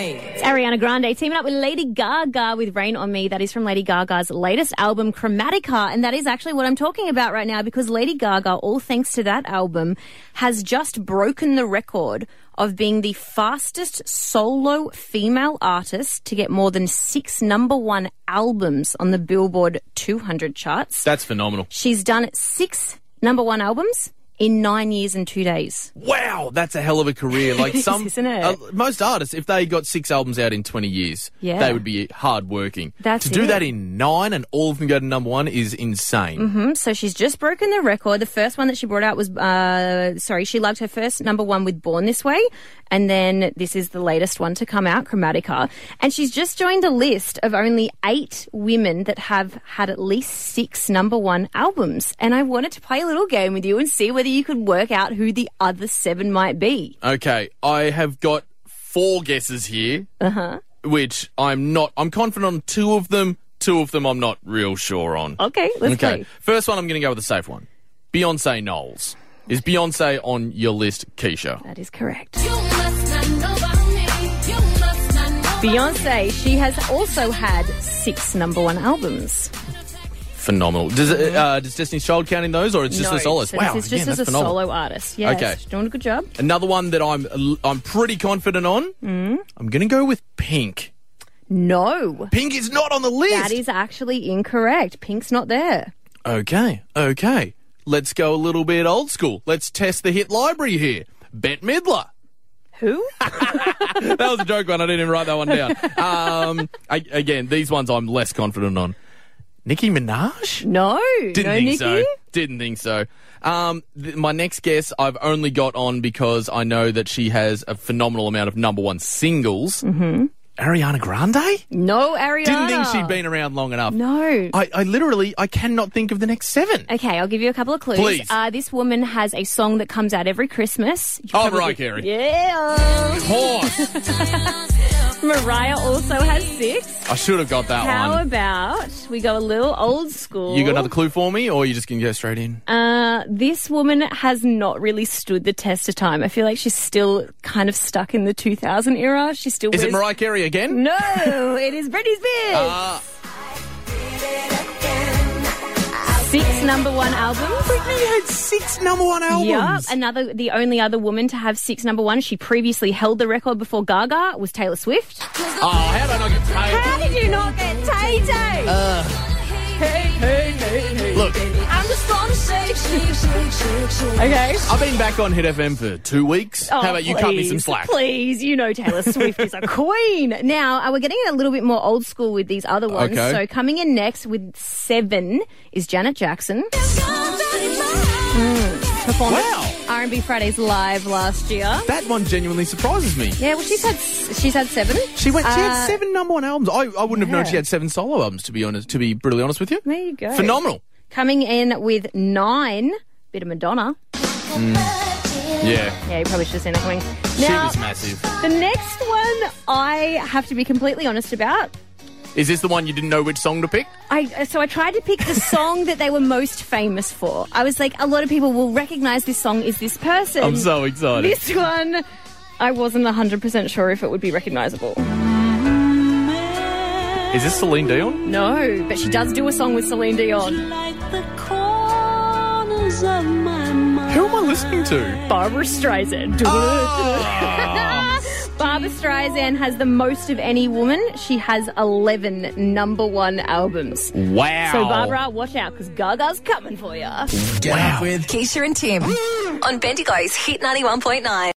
It's Ariana Grande teaming up with Lady Gaga with Rain on Me. That is from Lady Gaga's latest album, Chromatica. And that is actually what I'm talking about right now because Lady Gaga, all thanks to that album, has just broken the record of being the fastest solo female artist to get more than six number one albums on the Billboard 200 charts. That's phenomenal. She's done six number one albums in nine years and two days. Wow, that's a hell of a career. Like is, some, isn't it? uh, most artists, if they got six albums out in twenty years, Yeah. they would be hard working. That's to do it. that in nine and all of them go to number one is insane. So she's just broken the record. The first one that she brought out was, uh, sorry, she lugged her first number one with Born This Way. And then this is the latest one to come out, Chromatica. And she's just joined a list of only eight women that have had at least six number one albums. And I wanted to play a little game with you and see whether you could work out who the other seven might be. Okay, I have got four guesses here. Uh Uh-huh. huh. Which I'm not. I'm confident on two of them. Two of them I'm not real sure on. Okay, Oh, let's Okay. play. First one, I'm going to go with a safe one. Beyonce Knowles. Is Beyonce on your list, Keisha? That is correct. You must not know about me. You must not know Beyonce, she has also had six number one albums. Phenomenal. Does it, uh, does Destiny's Child count in those, or it's just No, a solo? so wow, This is again, just as that's a phenomenal. solo artist. Yes. Okay. She's doing a good job. Another one that I'm I'm pretty confident on. Mm. I'm going to go with Pink. No. Pink is not on the list. That is actually incorrect. Pink's not there. Okay, okay. Let's go a little bit old school. Let's test the hit library here. Bette Midler. Who? That was a joke one. I didn't even write that one down. Um, I, again, these ones I'm less confident on. Nicki Minaj? no. Didn't no, think Nikki? so. Didn't think so. Um, th- my next guess I've only got on because I know that she has a phenomenal amount of number one singles. Mm-hmm. Ariana Grande? No, Ariana. Didn't think she'd been around long enough. No. I, I literally I cannot think of the next seven. Okay, I'll give you a couple of clues. Please. Uh, this woman has a song that comes out every Christmas. You Oh, probably- Mariah Carey. Yeah. Horse. Mariah also has six. I should have got that How one. about we go a little old school? You got another clue for me, or you just gonna go straight in? Uh, this woman has not really stood the test of time. I feel like she's still kind of stuck in the 2000 era. She still Is it wears- Mariah Carey again? No, it is Britney Spears. Ah. Six number one albums. Britney had six number one Yup. albums. Another, the only other woman to have six number one. She previously held the record before Gaga was Taylor Swift. Oh, how did I not get paid? How did you not get Tay Tay? Uh, Look, I'm just gonna shake, shake, shake, shake, shake. okay. I've been back on Hit FM for two weeks. Oh, how about you cut me some please, slack? Please, you know Taylor Swift is a queen. Now, uh, we're getting a little bit more old school with these other ones. Okay. So, coming in next with seven is Janet Jackson. Mm. Performed Wow. at R&B Fridays live last year. That one genuinely surprises me. Yeah, well, she's had she's had seven. She went. She Uh, had seven number one albums. I, I wouldn't have known yeah. she had seven solo albums. To be honest, to be brutally honest with you, There you go. phenomenal. Coming in with nine, bit of Madonna. Yeah, Yeah, you probably should have seen that coming. she Now, was massive. the next one I have to be completely honest about. Is this the one you didn't know which song to pick? I, so I tried to pick the song that they were most famous for. I was like, a lot of people will recognize this song is this person. I'm so excited. This one, I wasn't 100% sure if it would be recognizable. Is this Celine Dion? No, but she does do a song with Celine Dion. Like the corners of my mind. Who am I listening to? Barbara Streisand. Barbara Ah! Streisand has the most of any woman. She has 11 number one albums. Wow. So, Barbara, watch out because Gaga's coming for you. Wow. Keisha and Tim on Bendigo's Hit 91.9.